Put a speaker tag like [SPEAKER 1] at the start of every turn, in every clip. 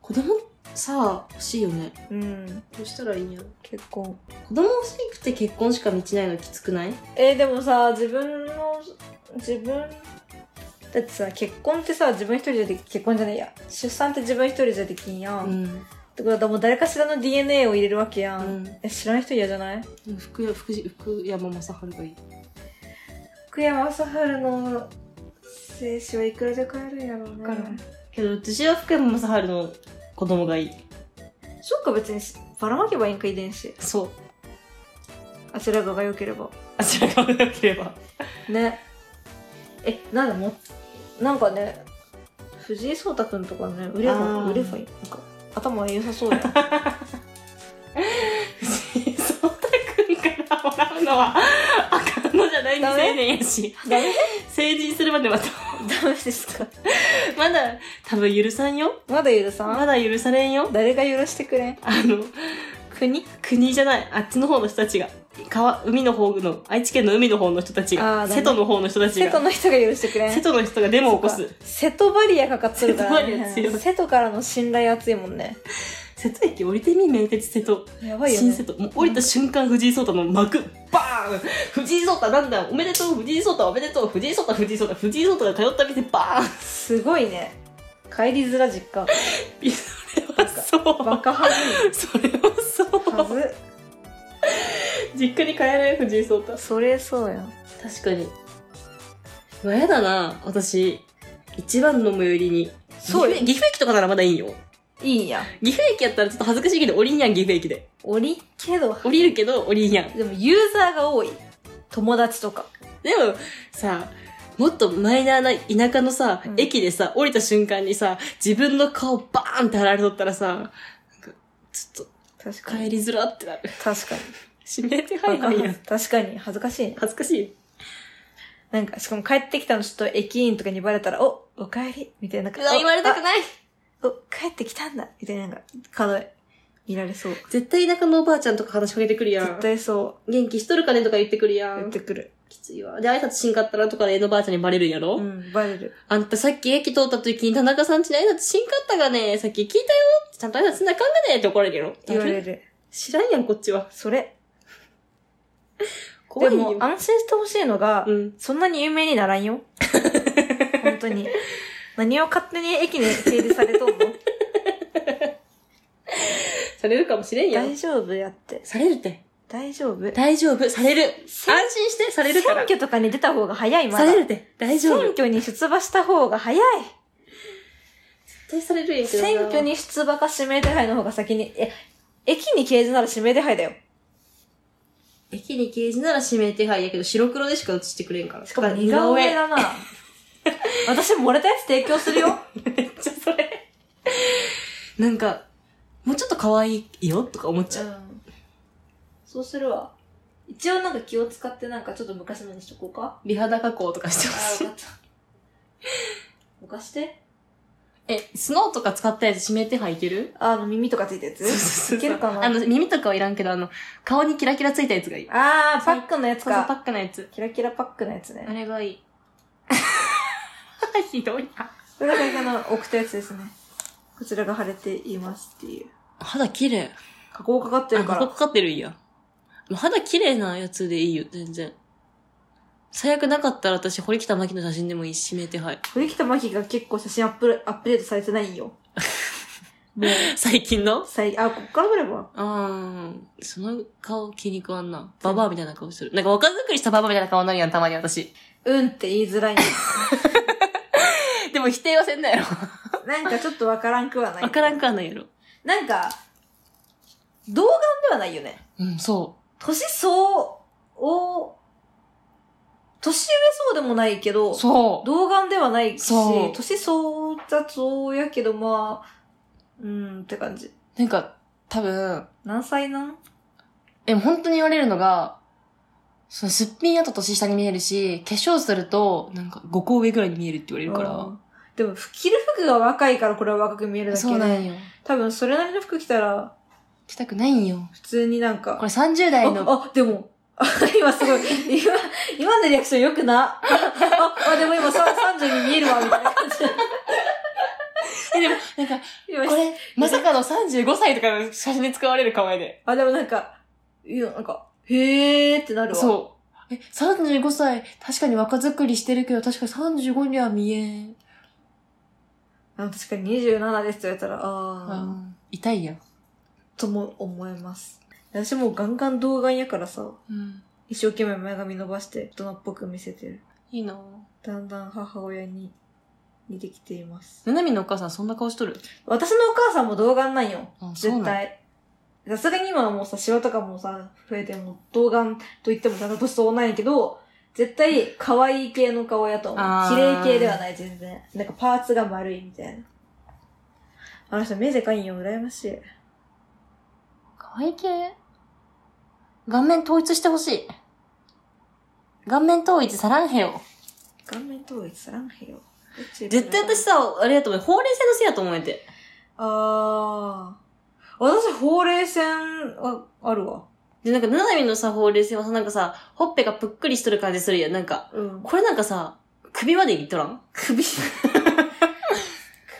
[SPEAKER 1] 子供さ欲しいよね
[SPEAKER 2] うん
[SPEAKER 1] どうしたらいいんやろ
[SPEAKER 2] 結婚
[SPEAKER 1] 子供欲しくて結婚しか道ないのきつくない
[SPEAKER 2] えーでもさ自分の自分だってさ結婚ってさ自分一人じゃでき結婚じゃないや出産って自分一人じゃできんやん、
[SPEAKER 1] ん、
[SPEAKER 2] ってことはもう誰かしらの DNA を入れるわけや、
[SPEAKER 1] うんん、
[SPEAKER 2] え知らん人嫌じゃない
[SPEAKER 1] 福山福福山雅治がいい
[SPEAKER 2] 福山雅治の精子はいくらで買えるんやろうね
[SPEAKER 1] わからんけど私は福山雅治の子供がいい
[SPEAKER 2] そうか別にしばらまけばいいんか遺伝子
[SPEAKER 1] そう
[SPEAKER 2] あちらがが良ければ
[SPEAKER 1] あちらがなければ
[SPEAKER 2] ねえなんだもなんかね藤井聡太君とかね売れば
[SPEAKER 1] あー
[SPEAKER 2] 売ればいいなんか頭良さ そうやん
[SPEAKER 1] 藤井聡太君からもらうのはあかんのじゃない未成年やし
[SPEAKER 2] ダメ
[SPEAKER 1] 成人するまでまた
[SPEAKER 2] ダメですか
[SPEAKER 1] まだ多分許さんよ
[SPEAKER 2] まだ許さん、
[SPEAKER 1] まだ許されんよ
[SPEAKER 2] 誰が許してくれん
[SPEAKER 1] あの
[SPEAKER 2] 国
[SPEAKER 1] 国じゃないあっちの方の人たちが川海の方の愛知県の海の方の人たち
[SPEAKER 2] あ
[SPEAKER 1] が
[SPEAKER 2] ーだね
[SPEAKER 1] 瀬戸の方の人たち
[SPEAKER 2] 瀬戸
[SPEAKER 1] が
[SPEAKER 2] の人が許してくれん
[SPEAKER 1] 瀬戸の人がデモを起こ
[SPEAKER 2] そっ
[SPEAKER 1] す
[SPEAKER 2] か瀬戸バリアかかっとるから、
[SPEAKER 1] 瀬戸バリ
[SPEAKER 2] ね
[SPEAKER 1] ア、強い
[SPEAKER 2] 瀬戸からの信頼厚いもんね
[SPEAKER 1] 瀬戸駅降りてみ名鉄瀬戸
[SPEAKER 2] やばいよ
[SPEAKER 1] 新
[SPEAKER 2] ね
[SPEAKER 1] 瀬戸もう降りた瞬間藤井聡太の幕バーン藤井聡太なんだおめでとう藤井聡太おめでとう藤井聡太藤井聡太藤井聡太が通った店バーン
[SPEAKER 2] すごいね帰りづら実家
[SPEAKER 1] そう
[SPEAKER 2] バカはず
[SPEAKER 1] それは
[SPEAKER 2] いは
[SPEAKER 1] そう
[SPEAKER 2] ず
[SPEAKER 1] 実家に帰れ藤井聡太
[SPEAKER 2] それそうやん
[SPEAKER 1] 確かにうわやだな私一番の最寄りに
[SPEAKER 2] そう
[SPEAKER 1] 岐阜岐阜駅とかならまだいいよ
[SPEAKER 2] いいんや
[SPEAKER 1] 岐阜駅やったらちょっと恥ずかしいけど降りんやん岐阜駅で
[SPEAKER 2] おりけど
[SPEAKER 1] 降りるけど降りんやん
[SPEAKER 2] でもユーザーが多い友達とか
[SPEAKER 1] でもさもっとマイナーな田舎のさ、
[SPEAKER 2] うん
[SPEAKER 1] 駅でさ降りた瞬間にさ自分の顔バーンって貼られとったらさなんかちょっと
[SPEAKER 2] 確
[SPEAKER 1] 帰りづらってなる
[SPEAKER 2] 確かに
[SPEAKER 1] 指名手配なんやん
[SPEAKER 2] 確かに恥ずかしいね
[SPEAKER 1] 恥ずかしい
[SPEAKER 2] なんかしかも帰ってきたのちょっと駅員とかにバレたら「おおかえり」みたいななん
[SPEAKER 1] う
[SPEAKER 2] か
[SPEAKER 1] わ言われたく
[SPEAKER 2] い
[SPEAKER 1] ない
[SPEAKER 2] お帰ってきたんだみたいななんか角で見られそう
[SPEAKER 1] 絶対田舎のおばあちゃんとか話しかけてくるや
[SPEAKER 2] 絶
[SPEAKER 1] ん
[SPEAKER 2] 対そ
[SPEAKER 1] 元気しとるかねとか言ってくるや
[SPEAKER 2] う言っ
[SPEAKER 1] ん
[SPEAKER 2] てくる
[SPEAKER 1] きついわで挨拶しんかったらとかで江のばあちゃんにバレるんやろ、
[SPEAKER 2] うんバレる
[SPEAKER 1] あんたさっき駅通った時に田中さんちに挨拶しんかったがね、さっき聞いたよってちゃんと挨拶しなあかんがねって怒られるよ。
[SPEAKER 2] 言われる
[SPEAKER 1] 知らんやん、こっちは。
[SPEAKER 2] それ
[SPEAKER 1] 怖
[SPEAKER 2] で
[SPEAKER 1] いよ
[SPEAKER 2] も。安心してほしいのが、
[SPEAKER 1] うん。
[SPEAKER 2] そんなに有名になら んよ。本当に。何を勝手に駅に整理されとんの
[SPEAKER 1] されるかもしれんや
[SPEAKER 2] 大丈夫やって。
[SPEAKER 1] されるって。
[SPEAKER 2] 大丈夫。
[SPEAKER 1] 大丈夫、される。安心して、されるから。
[SPEAKER 2] 選挙とかに出た方が早い、ま
[SPEAKER 1] さ
[SPEAKER 2] だ。
[SPEAKER 1] れるって。大丈夫。
[SPEAKER 2] 選
[SPEAKER 1] 絶
[SPEAKER 2] 挙に出馬した方が早い。
[SPEAKER 1] 対されるやんけどな
[SPEAKER 2] 選挙。に出馬か指名手配の方が先に。え、駅に掲示なら指名手配だよ。
[SPEAKER 1] 駅に掲示なら指名手配やけど、白黒でしか映してくれんから。
[SPEAKER 2] しかも似顔絵だな。 私漏れたやつ提供するよ。
[SPEAKER 1] めっちゃそれ。なんか、もうちょっと可愛いよとか思っちゃう。
[SPEAKER 2] そうするわ。一応なんか気を使ってなんかちょっと昔のにしとこうか。
[SPEAKER 1] 美肌加工とかしてほ
[SPEAKER 2] あ
[SPEAKER 1] し
[SPEAKER 2] ー、
[SPEAKER 1] い
[SPEAKER 2] よ。かった。かして。
[SPEAKER 1] え、スノーとか使ったやつ指名手配いける
[SPEAKER 2] あの、耳とかついたやついけるかな
[SPEAKER 1] あの、耳とかはいらんけど、あの、顔にキラキラついたやつがいい。
[SPEAKER 2] あー、パックのやつ
[SPEAKER 1] そうそうパッ
[SPEAKER 2] か。
[SPEAKER 1] クのやつ。
[SPEAKER 2] キラキラパックのやつ
[SPEAKER 1] あ
[SPEAKER 2] ね。
[SPEAKER 1] れがい い。ひどいな。
[SPEAKER 2] 裏側の送ったやつですね。こちらが腫れていますっていう。
[SPEAKER 1] 肌綺麗。
[SPEAKER 2] 加工かかって
[SPEAKER 1] あ、
[SPEAKER 2] るか
[SPEAKER 1] ここ
[SPEAKER 2] ら。
[SPEAKER 1] かかってるんや。肌綺麗なやつでいいよ、全然。最悪なかったら私、堀北真希の写真でもいいし、指名手配。
[SPEAKER 2] 堀北真希が結構写真アップアップデートされてないん よ。もう、
[SPEAKER 1] 最近の
[SPEAKER 2] さい、あ、こっから見れば。
[SPEAKER 1] うーん。その顔気に食わんな。ババアみたいな顔してる。なんか若作りしたババアみたいな顔になるやん、たまに私。
[SPEAKER 2] うんって言いづらいんよ
[SPEAKER 1] でも否定はせんだやろ。
[SPEAKER 2] なんかちょっとわからんくはない。
[SPEAKER 1] わからんくはないやろ。
[SPEAKER 2] なんか、童顔ではないよね。
[SPEAKER 1] うん、そう。
[SPEAKER 2] 年相応、年上そうでもないけど、
[SPEAKER 1] そ
[SPEAKER 2] 童顔ではないし、
[SPEAKER 1] そう
[SPEAKER 2] 年相応だそうやけど、まあ、うんって感じ。
[SPEAKER 1] う。なんか、多分、
[SPEAKER 2] 何歳なん
[SPEAKER 1] え、本当に言われるのが、そのすっぴんやと年下に見えるし、化粧すると、なんか5個上ぐらいに見えるって言われる
[SPEAKER 2] う
[SPEAKER 1] か
[SPEAKER 2] んでも、着る服が若いからこれは若く見える
[SPEAKER 1] ら。
[SPEAKER 2] だけ
[SPEAKER 1] そうなんよ。
[SPEAKER 2] 多分、それなりの服着たら、
[SPEAKER 1] 着たくないんよ。
[SPEAKER 2] 普通になん
[SPEAKER 1] これ
[SPEAKER 2] か、
[SPEAKER 1] 30代の、
[SPEAKER 2] あ、あ、でも、 あ今すごい、今、今のリアクションよくな。あ、あでも今さ30に見えるわ、みたいな感じ。
[SPEAKER 1] えでも、なんか、これ、まさかの35歳とかの写真で使われる構えで。
[SPEAKER 2] あ、でもなんか、いや、なんか、へーってなるわ。う。
[SPEAKER 1] そう。え、35歳、確かに若作りしてるけど、確かに35には見えん。
[SPEAKER 2] 確かに27ですって言われたら、あー、
[SPEAKER 1] うん痛いやん。
[SPEAKER 2] とも思います。私もうガンガン童顔やからさ、
[SPEAKER 1] うん。
[SPEAKER 2] 一生懸命前髪伸ばして大人っぽく見せてる。
[SPEAKER 1] いいな
[SPEAKER 2] だんだん母親に似てきています。
[SPEAKER 1] ななみのお母さんそんな顔しとる
[SPEAKER 2] 私のお母さんも童顔なんよ。
[SPEAKER 1] あそう
[SPEAKER 2] 絶
[SPEAKER 1] なん
[SPEAKER 2] 対。さすがに今はもうさ、シワとかもさ、増えても、童顔と言ってもだんだん年相応なんやけど、絶対可愛い系の顔やと思う
[SPEAKER 1] あ。ー
[SPEAKER 2] 綺麗系ではない、全然。なんかパーツが丸いみたいな。あの人目でかいんよ、羨ましい。
[SPEAKER 1] 可愛い系顔面統一してほしい。顔面統一さらんへよ。
[SPEAKER 2] 顔面統一さらんへよ。どっち行くの
[SPEAKER 1] 絶対私さ、あれやと思う。ほうれい線のせいやと思えて。
[SPEAKER 2] あー。私、ほうれい線はあるわ。
[SPEAKER 1] で、なんか、ななみのさ、ほうれい線はさ、なんかさ、ほっぺがぷっくりしとる感じするやん。なんか、
[SPEAKER 2] うん。
[SPEAKER 1] これなんかさ、首までいっとらん首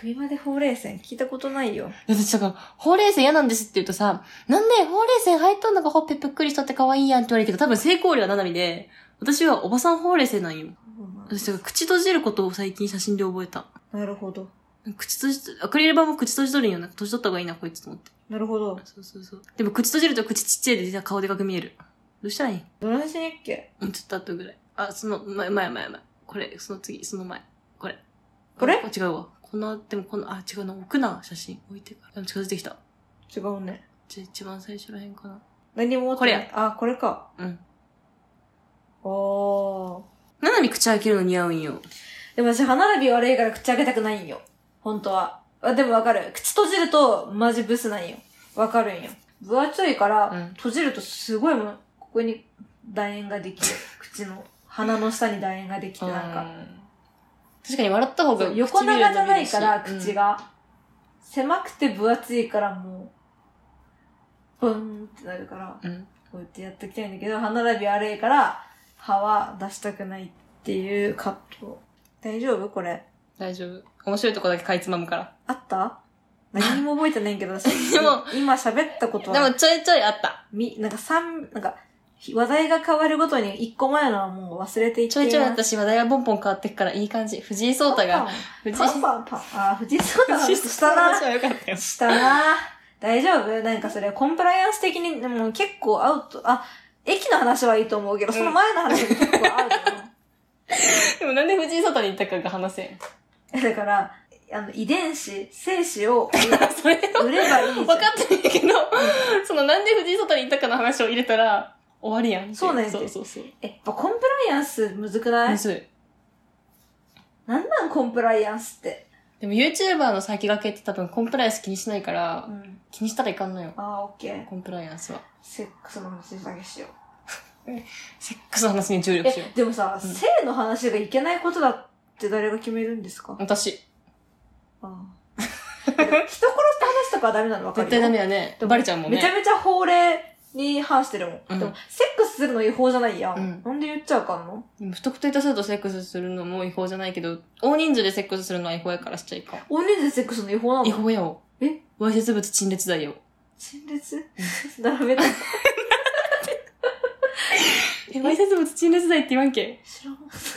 [SPEAKER 2] 首までほうれい線聞いたことないよ。
[SPEAKER 1] 私だから、ほうれい線嫌なんですって言うとさ、なんでほうれい線入っとんのかほっぺぷっくりしとって可愛いやんって言われるけど、多分成功量はななみで、私はおばさんほうれい線なんよ。私だから、口閉じることを最近写真で覚えた。
[SPEAKER 2] なるほど。
[SPEAKER 1] 口閉じ、アクリル板も口閉じとるんよ。なんか閉じとった方がいいな、こいつと思って。
[SPEAKER 2] なるほど。
[SPEAKER 1] そうそうそう。でも口閉じると口ちっちゃいで、顔でかく見える。どうしたらいい
[SPEAKER 2] どないしにっけ
[SPEAKER 1] うんちょっと後ぐらい。あ、その、前、前、前、前。これ、その次、その前。これ。
[SPEAKER 2] これ
[SPEAKER 1] あ違うわ。この、でもこの、あ、違うな。置くな、写真。置いてから。でも近づいてきた。
[SPEAKER 2] 違うね。
[SPEAKER 1] じゃ、一番最初らへんかな。
[SPEAKER 2] 何も持ってない。あ、これか。
[SPEAKER 1] うん。
[SPEAKER 2] おー。
[SPEAKER 1] ななみ口開けるの似合うんよ。
[SPEAKER 2] でも私、歯並び悪いから口開けたくないんよ。本当は。あでもわかる。口閉じると、マジブスなんよ。わかるんよ。分厚いから、
[SPEAKER 1] うん
[SPEAKER 2] 閉じるとすごいもう、ここに楕円ができる。口の、鼻の下に楕円ができて、なんか。
[SPEAKER 1] う。確かに笑った方が
[SPEAKER 2] そう横長じゃないから、
[SPEAKER 1] 唇伸びるし
[SPEAKER 2] 口。が。狭くて分厚いから、もう、ブンってなるから。
[SPEAKER 1] うんうん。
[SPEAKER 2] こうやってやっときたいんだけど、歯並び悪いから、歯は出したくないっていうカット。大丈夫これ。
[SPEAKER 1] 大丈夫。面白いとこだけかいつまむから。
[SPEAKER 2] あった何にも覚えてな いけど、私。
[SPEAKER 1] でも
[SPEAKER 2] 今喋ったこと
[SPEAKER 1] で
[SPEAKER 2] は、
[SPEAKER 1] もちょいちょいあった。
[SPEAKER 2] み、なんか三、なんか、話題が変わるごとに一個前のはもう忘れていって
[SPEAKER 1] ちょいちょい
[SPEAKER 2] います
[SPEAKER 1] 私話題がポンポン変わってくからいい感じ。藤井聡太が。藤井
[SPEAKER 2] パンパンパンパン。あー、藤井聡太の話したな。
[SPEAKER 1] はよかったよ。
[SPEAKER 2] したな大丈夫なんかそれ、コンプライアンス的に、でも結構アウト、あ、駅の話はいいと思うけど、その前の話が結構アウトな の。
[SPEAKER 1] でもなんで藤井聡太に言ったかが話せん。
[SPEAKER 2] えだから、あの、遺伝子、精子を
[SPEAKER 1] それを
[SPEAKER 2] 売ればいいじゃ
[SPEAKER 1] 分
[SPEAKER 2] ん。
[SPEAKER 1] かってんだけど、そのなんで藤井聡太に言ったかの話を入れたら終わりやんってい。
[SPEAKER 2] そうなんやて
[SPEAKER 1] そうそうそう。
[SPEAKER 2] えやっぱコンプライアンスむずくない
[SPEAKER 1] むずい。
[SPEAKER 2] なんなんコンプライアンスって。
[SPEAKER 1] でも YouTuber の先駆けって多分コンプライアンス気にしないから
[SPEAKER 2] う、ん。
[SPEAKER 1] 気にしたらいかんのよ。
[SPEAKER 2] ああ、オッケー。
[SPEAKER 1] コンプライアンスは。
[SPEAKER 2] セックスの話だけしよう。
[SPEAKER 1] セックスの話に注力しよ
[SPEAKER 2] え、でもさ、
[SPEAKER 1] うん
[SPEAKER 2] 性の話がいけないことだって誰が決めるんですか
[SPEAKER 1] う。私、
[SPEAKER 2] ああ。 人殺した話とかはダメなのわかる
[SPEAKER 1] 絶
[SPEAKER 2] よ
[SPEAKER 1] 対ダメやね。バレちゃうもん
[SPEAKER 2] めちゃ
[SPEAKER 1] ね。
[SPEAKER 2] めちゃ法令に反してるもん。
[SPEAKER 1] うん
[SPEAKER 2] でも、セックスするの違法じゃないやん。
[SPEAKER 1] うん
[SPEAKER 2] なんで言っちゃうかんの
[SPEAKER 1] でも不特定多数とセックスするのも違法じゃないけど、大人数でセックスするのは違法やからしちゃいかん。
[SPEAKER 2] 大人数でセックスするの違法なの
[SPEAKER 1] 違法やお。
[SPEAKER 2] え
[SPEAKER 1] わいせつ物陳列罪よ。
[SPEAKER 2] 陳列並べた。
[SPEAKER 1] え、わいせつ物陳列罪って言わんけ
[SPEAKER 2] 知らん。陳列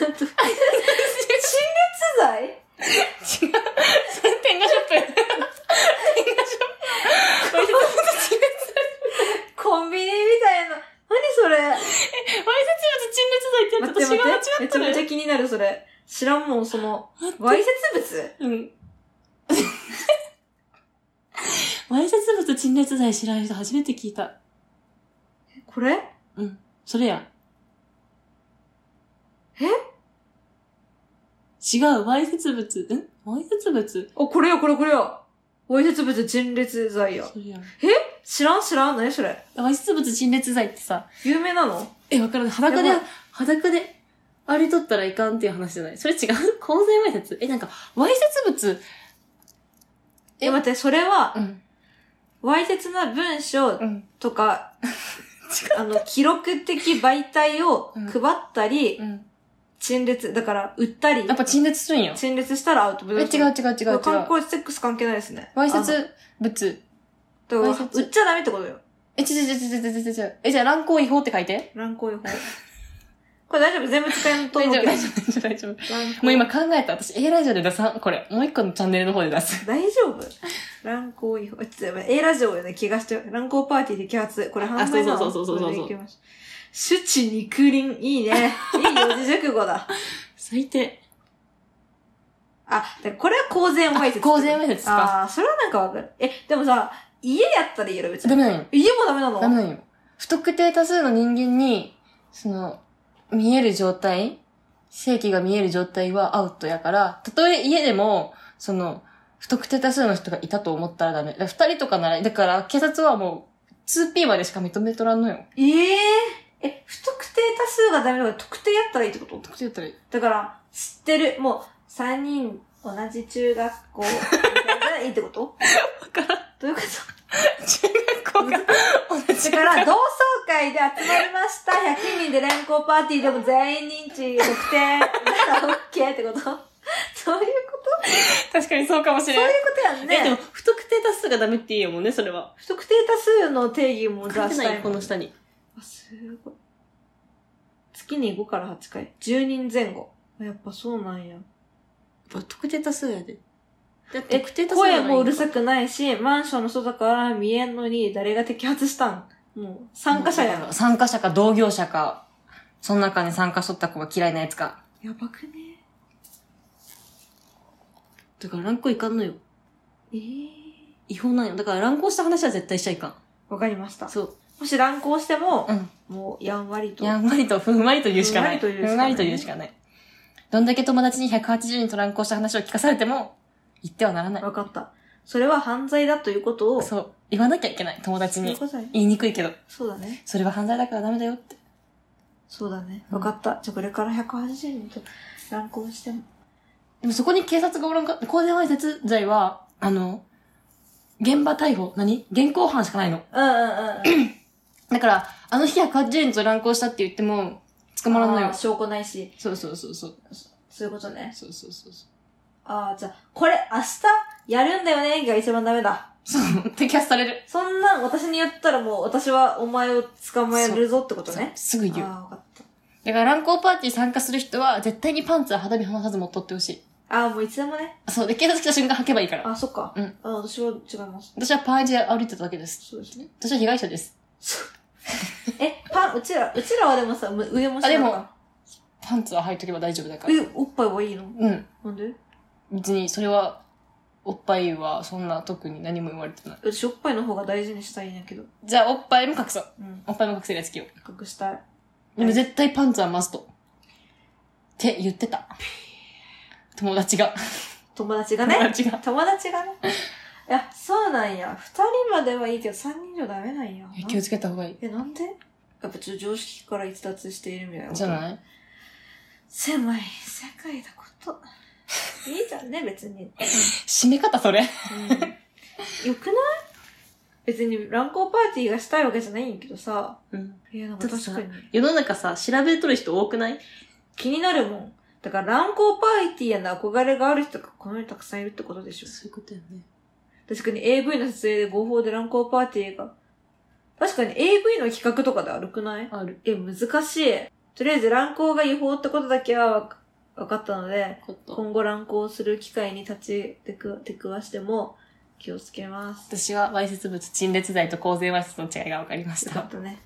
[SPEAKER 1] 違
[SPEAKER 2] 罪
[SPEAKER 1] う。それ ペンガショップ。ペンガショップ。わいせつ物陳列
[SPEAKER 2] コンビニみたいな。何そ
[SPEAKER 1] 罪。わいせつ
[SPEAKER 2] れ
[SPEAKER 1] 物陳列罪ってやつ
[SPEAKER 2] 待って
[SPEAKER 1] 私が間違
[SPEAKER 2] 待って。
[SPEAKER 1] っ
[SPEAKER 2] めち
[SPEAKER 1] て
[SPEAKER 2] ゃめ
[SPEAKER 1] る
[SPEAKER 2] ちゃ気になる、それ。知らんもん、その、わいせつ
[SPEAKER 1] う
[SPEAKER 2] 物
[SPEAKER 1] ん。 わいせつ物陳列罪知らん人初めて聞いた。
[SPEAKER 2] これ
[SPEAKER 1] うん。それや。
[SPEAKER 2] え
[SPEAKER 1] 違う、わいせつ物。んわいせつ物
[SPEAKER 2] あ、これよ、これこれよ。わいせつ物陳列罪や。
[SPEAKER 1] それや。
[SPEAKER 2] 知らん知らん何それ。
[SPEAKER 1] わいせつ物陳列罪ってさ、
[SPEAKER 2] 有名なの
[SPEAKER 1] え、わからない。裸で
[SPEAKER 2] やばい、
[SPEAKER 1] 裸で歩いとったらいかんっていう話じゃない。それ違う 公然わいせつえ、なんか、わいせつ物。え
[SPEAKER 2] え、待って、それは、
[SPEAKER 1] ん。
[SPEAKER 2] わいせつな文章
[SPEAKER 1] うん。
[SPEAKER 2] と か、あの、記録的媒体を配ったり、
[SPEAKER 1] うん。
[SPEAKER 2] 陳列、だから、売ったり
[SPEAKER 1] や、っぱ陳列するんや。
[SPEAKER 2] 陳列したらアウト。
[SPEAKER 1] え、違う違う違う違う。
[SPEAKER 2] 観光セックス関係ないですね。
[SPEAKER 1] わいせ
[SPEAKER 2] あの。
[SPEAKER 1] つ物。わい
[SPEAKER 2] だか
[SPEAKER 1] せ
[SPEAKER 2] ら
[SPEAKER 1] つ
[SPEAKER 2] 売っちゃダメってことよ。
[SPEAKER 1] え、ちょちょちょちょちょちょちょ。え、じゃあ乱行違法って書いて。
[SPEAKER 2] 乱行 違法。これ大丈夫全部使えんと
[SPEAKER 1] 大
[SPEAKER 2] 思う
[SPEAKER 1] 丈
[SPEAKER 2] け
[SPEAKER 1] 夫、
[SPEAKER 2] ど。
[SPEAKER 1] 大丈夫、大丈夫、大丈夫。
[SPEAKER 2] 乱行
[SPEAKER 1] もう今考えた。私、A ラジオで出さん。これ、もう一個のチャンネルの方で出す。
[SPEAKER 2] 大丈夫乱行違法。ちょっとやばい A ラジオよね、気がして。乱行パーティーで揮発。これ販売なの
[SPEAKER 1] あそうそうそうそうそうそう
[SPEAKER 2] これで行きましょう主治肉林。いいね。いい四字熟語だ。
[SPEAKER 1] 最低。
[SPEAKER 2] あ、でこれは公然わいせつ。
[SPEAKER 1] 公然わいせつか。
[SPEAKER 2] ああ、それはなんかわかる。え、でもさ、家やったらいいやろ、別
[SPEAKER 1] ダ
[SPEAKER 2] に。
[SPEAKER 1] メなんよ。
[SPEAKER 2] 家もダメなの
[SPEAKER 1] ダメなんよ。不特定多数の人間に、その、見える状態正規が見える状態はアウトやから、たとえ家でも、その、不特定多数の人がいたと思ったらダメ。だから二人とかなら、だから警察はもう、2P までしか認めとらんのよ。
[SPEAKER 2] ええー、え、不特定多数がダメだから特定やったらいいってこと
[SPEAKER 1] 特定だったらいい。
[SPEAKER 2] だから、知ってる、もう、三人同じ中学校みたいなのがいいってこと
[SPEAKER 1] わからん。
[SPEAKER 2] どういうこ
[SPEAKER 1] 中学校が同
[SPEAKER 2] と
[SPEAKER 1] じ
[SPEAKER 2] だから、同窓会で集まりました。100人で連行パーティーでも全員認 知特定なら OK っ てことそういうこと
[SPEAKER 1] 確かにそうかもし
[SPEAKER 2] そうい
[SPEAKER 1] れ。
[SPEAKER 2] うんことやん
[SPEAKER 1] え、でも
[SPEAKER 2] ね。、
[SPEAKER 1] 不特定多数がダメって言うよもんね、それは。
[SPEAKER 2] 不特定多数の定義もじ
[SPEAKER 1] 書
[SPEAKER 2] ゃ
[SPEAKER 1] い
[SPEAKER 2] あ
[SPEAKER 1] て
[SPEAKER 2] し
[SPEAKER 1] な
[SPEAKER 2] た
[SPEAKER 1] い、
[SPEAKER 2] い
[SPEAKER 1] こ
[SPEAKER 2] もん
[SPEAKER 1] の下に。
[SPEAKER 2] あすごい。月に5から8回。10人前後。あやっぱそうなんや。
[SPEAKER 1] 不特定多数やで。だって
[SPEAKER 2] え
[SPEAKER 1] 特定多数
[SPEAKER 2] 声もうる
[SPEAKER 1] い。
[SPEAKER 2] さくないし、マンションの外から見えんのに誰が摘発したんもう、参加者やん。
[SPEAKER 1] 参加者か同業者か、その中に参加しとった子が嫌いなやつか。
[SPEAKER 2] やばくね
[SPEAKER 1] だから乱行いかんのよ。
[SPEAKER 2] ええ
[SPEAKER 1] 違法なんよ。だから乱行した話は絶対しちゃいか
[SPEAKER 2] わかりました
[SPEAKER 1] ん。。そう。
[SPEAKER 2] もし乱行しても、
[SPEAKER 1] うん。
[SPEAKER 2] もう、やんわりと。
[SPEAKER 1] やんわりと、ふんわりと言うしかない。
[SPEAKER 2] ふんわりと言うし
[SPEAKER 1] ふ
[SPEAKER 2] かない
[SPEAKER 1] んわりと言うしかない。どんだけ友達に180人と乱行した話を聞かされても、言ってはならない。
[SPEAKER 2] わかった。それは犯罪だということを、
[SPEAKER 1] そう。言わなきゃいけない、友達
[SPEAKER 2] そういう
[SPEAKER 1] に。
[SPEAKER 2] ことだね
[SPEAKER 1] 言いにくいけど、
[SPEAKER 2] そうだね。
[SPEAKER 1] それは犯罪だからダメだよって。
[SPEAKER 2] そうだね。
[SPEAKER 1] うん
[SPEAKER 2] わかった。じゃあこれから180人と乱行しても。
[SPEAKER 1] でもそこに警察がおらんか、公然わいせつ罪は、あの、現場逮捕、何現行犯しかないの。
[SPEAKER 2] うん うんうん。
[SPEAKER 1] だから、あの日180人と乱行したって言っても、捕まらんの
[SPEAKER 2] あ
[SPEAKER 1] よ
[SPEAKER 2] ー。証拠ないし。
[SPEAKER 1] そうそうそうそう。
[SPEAKER 2] そういうことね。
[SPEAKER 1] そうそうそうそう。
[SPEAKER 2] ああ、じゃあ、これ明日やるんだよねが一番ダメだ。
[SPEAKER 1] そう、摘発される。
[SPEAKER 2] そんなん私に言ったらもう私はお前を捕まえるぞってことね。
[SPEAKER 1] すぐ
[SPEAKER 2] あ
[SPEAKER 1] 言う。
[SPEAKER 2] あ、わかった。
[SPEAKER 1] だから乱行パーティー参加する人は、絶対にパンツは肌身離さず持っとってほしい。
[SPEAKER 2] ああ、もういつでもね。
[SPEAKER 1] そう、で、警察来た瞬間履けばいいから。
[SPEAKER 2] あ、そっか。
[SPEAKER 1] うん。
[SPEAKER 2] あ私は違います。
[SPEAKER 1] 私はパンイチで歩いてただけです。
[SPEAKER 2] そうですね。
[SPEAKER 1] 私は被害者です。
[SPEAKER 2] え、パン、うちら、うちらはでもさ、む上も下
[SPEAKER 1] あでも
[SPEAKER 2] だか
[SPEAKER 1] パンツは履いとけば大丈夫だからら。
[SPEAKER 2] え、おっぱいはいいの
[SPEAKER 1] うん。
[SPEAKER 2] なんで
[SPEAKER 1] 別にそれはおっぱいはそんな特に何も言われてない
[SPEAKER 2] 私おっぱいの方が大事にしたいんやけど。
[SPEAKER 1] じゃあおっぱいも隠そう
[SPEAKER 2] うん。
[SPEAKER 1] おっぱいも隠せるやつ着よ
[SPEAKER 2] 隠したい。
[SPEAKER 1] うでも絶対パンツはマストって言ってた友達が
[SPEAKER 2] 友達が
[SPEAKER 1] 友
[SPEAKER 2] ね。
[SPEAKER 1] 達が
[SPEAKER 2] 友達がね。いや、そうなんや。二人まではいいけど、三人以上ダメなんや。
[SPEAKER 1] 気をつけた方がいい
[SPEAKER 2] え、なんでやっぱちょっと常識から逸脱しているみたいな。
[SPEAKER 1] じゃない
[SPEAKER 2] 狭い世界だこと。 いいじゃんね、別に。
[SPEAKER 1] 締め方それ
[SPEAKER 2] うん、よくない別に乱行パーティーがしたいわけじゃないんやけどさ。
[SPEAKER 1] うん
[SPEAKER 2] いや、なんか確かに。
[SPEAKER 1] 世の中さ調べとる人多くない
[SPEAKER 2] 気になるもん。だから乱行パーティーへの憧れがある人がこの世にたくさんいるってことでしょ。
[SPEAKER 1] そういうことよね
[SPEAKER 2] 確かに AV の撮影で合法で乱行パーティーが。確かに AV の企画とかで悪くない
[SPEAKER 1] ある
[SPEAKER 2] え、難しい。とりあえず乱行が違法ってことだけはわかわかったので、
[SPEAKER 1] こと
[SPEAKER 2] 今後乱行する機会に立ち出く出くわしても気をつけます。
[SPEAKER 1] 私はわいせつ物陳列罪と公然わいせつの違いが分かりまし
[SPEAKER 2] よか
[SPEAKER 1] た
[SPEAKER 2] ったね。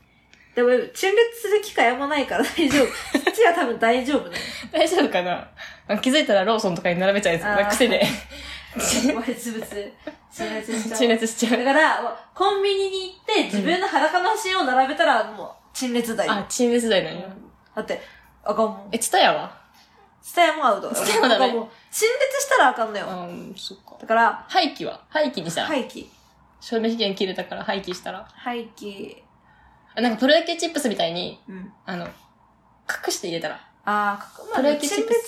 [SPEAKER 2] でも、陳列する機会あんまないから大丈夫。こっちは多分大丈 夫ね。
[SPEAKER 1] 大丈夫かななんか気づいたらローソンとかに並べちゃうやつ
[SPEAKER 2] あー
[SPEAKER 1] なんか癖で
[SPEAKER 2] わいつぶつ、陳列し
[SPEAKER 1] 陳
[SPEAKER 2] ちゃう。
[SPEAKER 1] 列しちゃう
[SPEAKER 2] だから、コンビニに行って自分の裸の芯を並べたらもう陳列だよ。
[SPEAKER 1] あ、陳列罪なんや。
[SPEAKER 2] だって、あかんもん。
[SPEAKER 1] え、ツタヤは
[SPEAKER 2] スタヤもアウト。
[SPEAKER 1] ツタヤもダメ
[SPEAKER 2] あかんん陳列したらあかんのよ。
[SPEAKER 1] うん、そっか。
[SPEAKER 2] だから、
[SPEAKER 1] 廃棄は廃棄にしたら、
[SPEAKER 2] 廃棄。
[SPEAKER 1] 賞味期限切れたから廃棄したら。
[SPEAKER 2] 廃棄。
[SPEAKER 1] あなんかプロ野球チップスみたいに、
[SPEAKER 2] うん。
[SPEAKER 1] あの、隠して入れたら。
[SPEAKER 2] あー、かまあ、
[SPEAKER 1] プロ野球チ
[SPEAKER 2] 陳
[SPEAKER 1] ップ
[SPEAKER 2] 列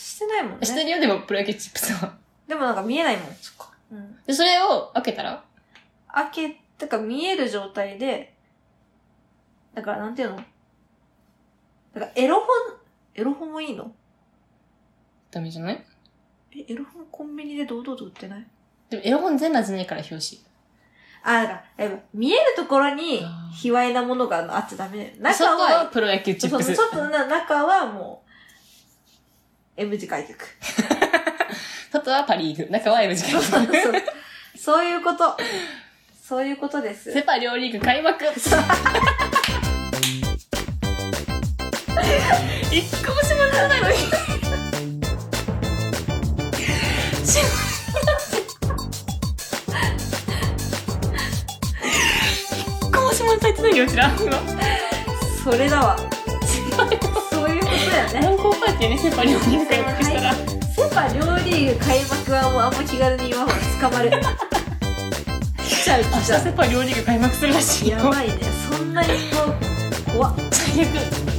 [SPEAKER 2] してないもん
[SPEAKER 1] して
[SPEAKER 2] ね。
[SPEAKER 1] るよ、でもプロ野球チップスは。
[SPEAKER 2] でもなんか見えないもん。そっか。うん。
[SPEAKER 1] で、それを開けたら
[SPEAKER 2] 開け、てか見える状態で、だからなんていうのだからエロ本、エロ本はいいの
[SPEAKER 1] ダメじゃない
[SPEAKER 2] え、エロ本コンビニで堂々と売ってない
[SPEAKER 1] でも、エロ本全裸じゃないから表紙。
[SPEAKER 2] あ、だから、やっぱ見えるところに
[SPEAKER 1] あー、
[SPEAKER 2] 卑猥なものがあっちゃダメだよ。中
[SPEAKER 1] 外は
[SPEAKER 2] は、
[SPEAKER 1] プロ野球チッ
[SPEAKER 2] そう
[SPEAKER 1] プ
[SPEAKER 2] そう、
[SPEAKER 1] ス。
[SPEAKER 2] ちょっとな、中はもう、M 字開脚。
[SPEAKER 1] 外はパリーグ。中は M 字
[SPEAKER 2] そうそう
[SPEAKER 1] 開
[SPEAKER 2] そう。そういうこと。そういうことです。
[SPEAKER 1] セパ両リーグ開幕一個も閉まらないのに。閉まらない一個も閉まらされてないよ、うちら。今
[SPEAKER 2] それだわ。そういうことやね。
[SPEAKER 1] 乱交パーティーね、セパ両リーグ開幕したら。
[SPEAKER 2] セパ両リーグ開幕はもうあんま気軽に言わんわ。捕まる。来ちゃう
[SPEAKER 1] 明
[SPEAKER 2] 来
[SPEAKER 1] 日
[SPEAKER 2] ちゃ
[SPEAKER 1] セパ両リーグ開幕するらし
[SPEAKER 2] う。
[SPEAKER 1] いよ
[SPEAKER 2] や。ばいね。そんなにこう、怖っ。
[SPEAKER 1] 最悪。